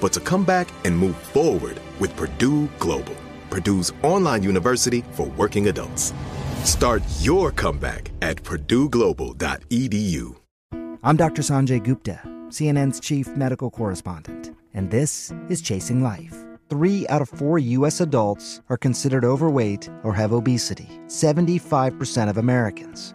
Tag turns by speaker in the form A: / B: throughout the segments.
A: but to come back and move forward with Purdue Global, Purdue's online university for working adults. Start your comeback at purdueglobal.edu.
B: I'm Dr. Sanjay Gupta, CNN's chief medical correspondent, and this is Chasing Life. Three out of four U.S. adults are considered overweight or have obesity, 75% of Americans.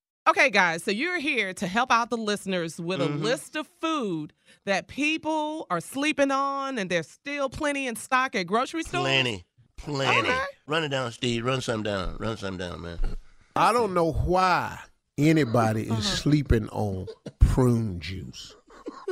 C: Okay, guys, so you're here to help out the listeners with a list of food that people are sleeping on and there's still plenty in stock at grocery stores.
D: Plenty. Plenty.
C: Okay.
D: Run it down, Steve. Run some down. Run some down, man.
E: I don't know why anybody
C: Uh-huh.
E: is sleeping on prune juice.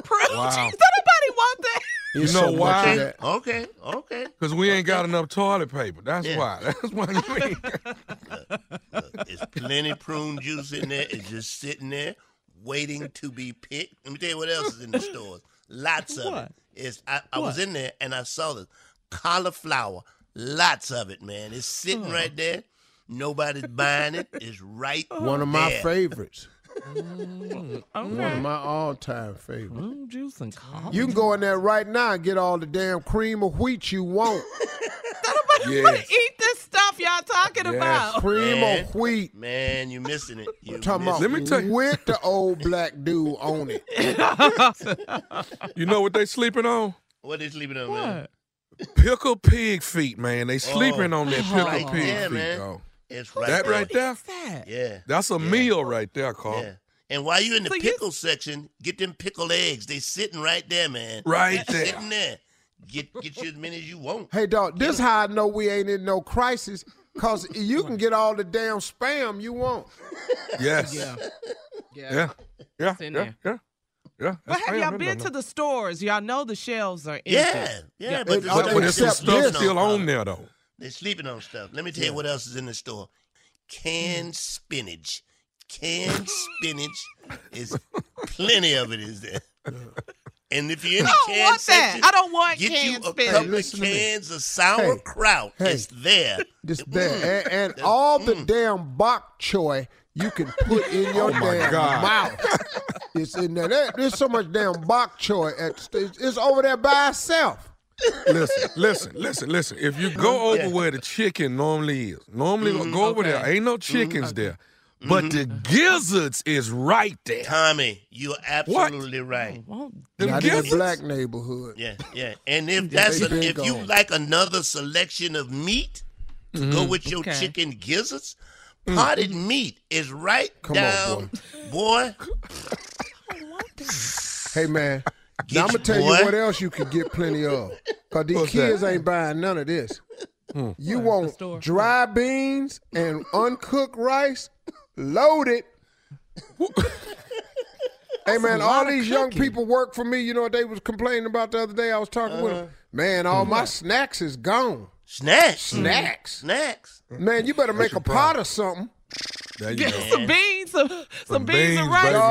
C: Prune
E: Wow.
C: juice. Anybody want that?
E: It's
F: You know
E: so much
F: why?
E: of
D: Okay.
E: that.
D: Okay. Okay.
F: Because we ain't got enough toilet paper. That's
D: Yeah.
F: why. That's what I mean.
D: There's plenty prune juice in there. It's just sitting there waiting to be picked. Let me tell you what else is in the stores. Lots of
C: What?
D: it. It's, I, I was in there and I saw this cauliflower. Lots of it, man. It's sitting right there. Nobody's buying it. It's right
E: One of my
D: there.
E: favorites. One of
C: Mm, Okay.
E: my all-time favorites.
C: Prune juice and coffee.
E: You can go in there right now and get all the damn cream of wheat you want.
F: yes.
C: Eat this stuff y'all talking
F: Yes.
C: about.
E: Cream
D: Man.
E: of wheat.
D: Man, you missing it. You
E: Talking about
D: missing
F: Let me tell you-
E: with the old black dude on it.
F: You know what they sleeping on?
D: it. What is leaving on, man?
F: Pickle pig feet, man. They sleeping on that pickle
D: right
F: pig
D: there,
F: feet,
D: man.
F: dog.
D: It's right
F: That
D: there.
F: right there?
D: Yeah.
F: That's a meal right there, Carl.
D: Yeah. And while you're in the
C: So you-
D: pickle section, get them pickle eggs. They sitting right there, man.
F: Right
D: They
F: there.
D: Sitting there. Get get you as many as you want.
E: Hey, dog, this how I know we ain't in no crisis because you can get all the damn spam you want.
F: Yes. Yeah. Yeah. Yeah.
C: in
F: Yeah.
C: there.
F: Yeah. Yeah.
C: But have y'all been to the stores? Y'all know the shelves are empty.
D: Yeah. Yeah.
C: Yeah. uh,
D: But,
E: But-
D: the
F: But, but there's some
E: Except
F: stuff
E: this.
F: still on there though.
D: They're sleeping on stuff. Let me tell you what else is in the store.
C: Mm.
D: Canned spinach. Canned spinach is plenty of it is there. And if you're in
C: I
D: the
C: don't
D: canned
C: want
D: section,
C: that. I don't want
D: get you
C: canned
D: a
C: spinach.
D: couple of
E: Listen to me.
D: cans of sauerkraut.
E: Hey.
D: It's there.
E: This there. And, and all the damn bok choy you can put in your
F: my
E: damn
F: God.
E: mouth. It's in there. There- There's so much damn bok choy at the stage. It's over there by itself.
F: listen, listen, listen, listen. If you go over where the chicken normally is, normally go over there. Ain't no chickens there. but the gizzards is right there.
D: Tommy, you're absolutely right.
F: Them
E: Not in a
F: gizzards?
E: black neighborhood.
D: Yeah, yeah. And if
E: Yeah,
D: that's
E: they
D: a,
E: been
D: if you
E: gone.
D: like another selection of meat to go
E: Mm-hmm.
D: with your
C: Okay.
D: chicken gizzards, potted meat is right
E: Come on,
D: down, boy.
E: Hey man,
D: Get
E: now I'm
D: your
E: gonna tell
D: boy.
E: you what else you could get plenty of. Cause these
F: What's
E: kids
F: that?
E: ain't buying none of this. You
C: store.
E: want dry beans and uncooked rice, loaded. hey man, all these young people work for me. You know what they was complaining about the other day? I was talking with
F: Uh-huh.
E: them. Man, all
F: Mm-hmm.
E: my snacks is gone.
D: Snacks,
E: Snacks.
D: snacks.
E: Man, you better make a pot or something.
F: There you
C: Get
F: go.
C: some beans, some, some, beans, and
F: beans,
C: rice.
F: baby.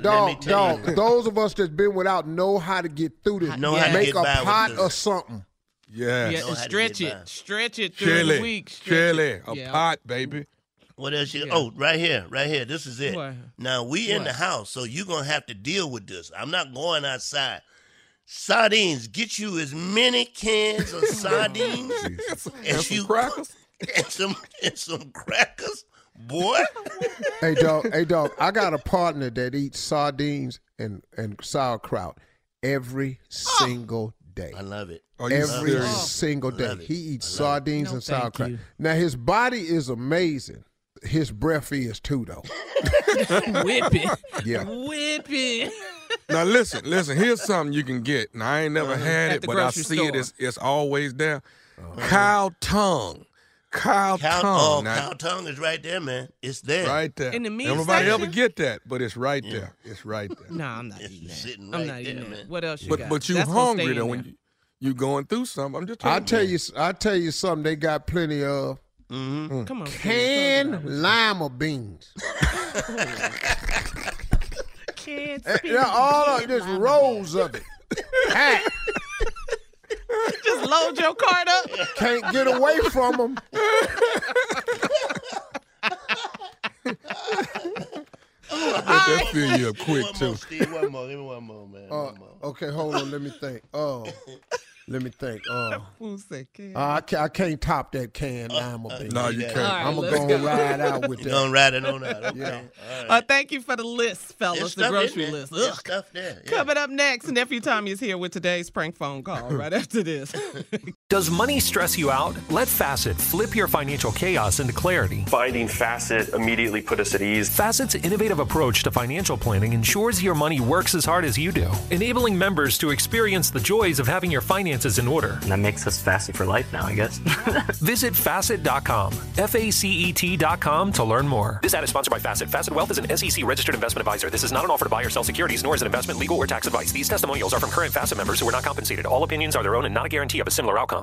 E: Dog,
D: me
E: dog,
D: tell you.
E: dog. Those of us that's been without know how to get through this.
D: Know how to
E: Make
D: get
E: a
D: by with
E: pot
D: this.
E: or something.
F: Yeah.
C: Yeah,
D: know
C: and
D: how to
C: stretch
D: get
C: it.
D: by.
C: Stretch it through
F: Chili,
C: the week. Stretch
F: chili,
C: it.
F: a
C: Yeah.
F: pot, baby.
D: What else you? Oh, right here, right here. This is it.
C: What?
D: Now we in the
C: What?
D: house, so you're gonna have to deal with this. I'm not going outside. Sardines, get you as many cans of sardines
F: And
D: as
F: some
D: you
F: crackers.
D: and some and some crackers, boy.
E: Hey dog, hey dog. I got a partner that eats sardines and and sauerkraut every single day.
D: Ah! I love it.
F: Are you
E: Every
F: serious?
E: single day,
D: Love it.
E: he eats sardines
C: No,
E: and
C: thank
E: sauerkraut.
C: you.
E: Now his body is amazing. His breath is too, though.
C: Whip it.
E: Yeah.
C: Whip it.
F: Now listen, listen. Here's something you can get. Now I ain't never had
C: Uh-huh. At
F: it,
C: the
F: but I
C: grocery
F: see it.
C: store.
F: It's, it's always there. Cow tongue, cow,
D: Cow,
F: tongue.
D: oh,
F: Now,
D: cow tongue is right there, man. It's there.
F: right there.
C: In the meat
F: Everybody ever
C: section?
F: get that, but it's right there. It's right there.
C: No, I'm not
D: It's
C: eating that.
D: sitting
C: I'm
D: right
C: not eating
D: there,
C: that.
D: man.
C: What else you
F: But
C: got?
F: but you
C: That's gonna stay
F: hungry
C: in
F: though when
C: there.
F: you you going through something. I'm just
E: I
F: telling
E: tell you, I tell you something. They got plenty of mm,
D: Mm-hmm.
C: Come on.
E: canned lima beans.
C: Can't
E: Eh, Yeah, all of just rows of it. Packed.
C: Just load your cart up.
E: Can't get away from them.
F: Let that fill you up quick
D: One
F: too.
D: more, Steve. One more. Give me one more, man.
E: Uh,
D: one more.
E: okay, hold on. Let me think. Oh, let me think. Oh,
C: Who said can?
E: I can't, I can't top that can lima bean.
F: No, you can't.
C: All right,
E: I'm
C: let's
E: gonna go ride out with
D: You
E: that.
D: gonna ride it on out? Okay. All
C: Uh,
D: right.
C: thank you for the list,
D: There's
C: fellas, the
D: stuff in
C: grocery
D: there.
C: list.
D: There's
C: Ugh.
D: stuff there. yeah.
C: Coming up next, Nephew Tommy is here with today's prank phone call right after this.
G: Does money stress you out? Let Facet flip your financial chaos into clarity.
H: Finding Facet immediately put us at ease.
G: Facet's innovative approach to financial planning ensures your money works as hard as you do, enabling members to experience the joys of having your finances in order.
H: And that makes us Facet for life now, I guess.
G: Visit facet.com, F A C E T.com to learn more. This ad is sponsored by Facet. Facet Wealth is an SEC registered investment advisor. This is not an offer to buy or sell securities, nor is it investment, legal, or tax advice. These testimonials are from current Facet members who are not compensated. All opinions are their own and not a guarantee of a similar outcome.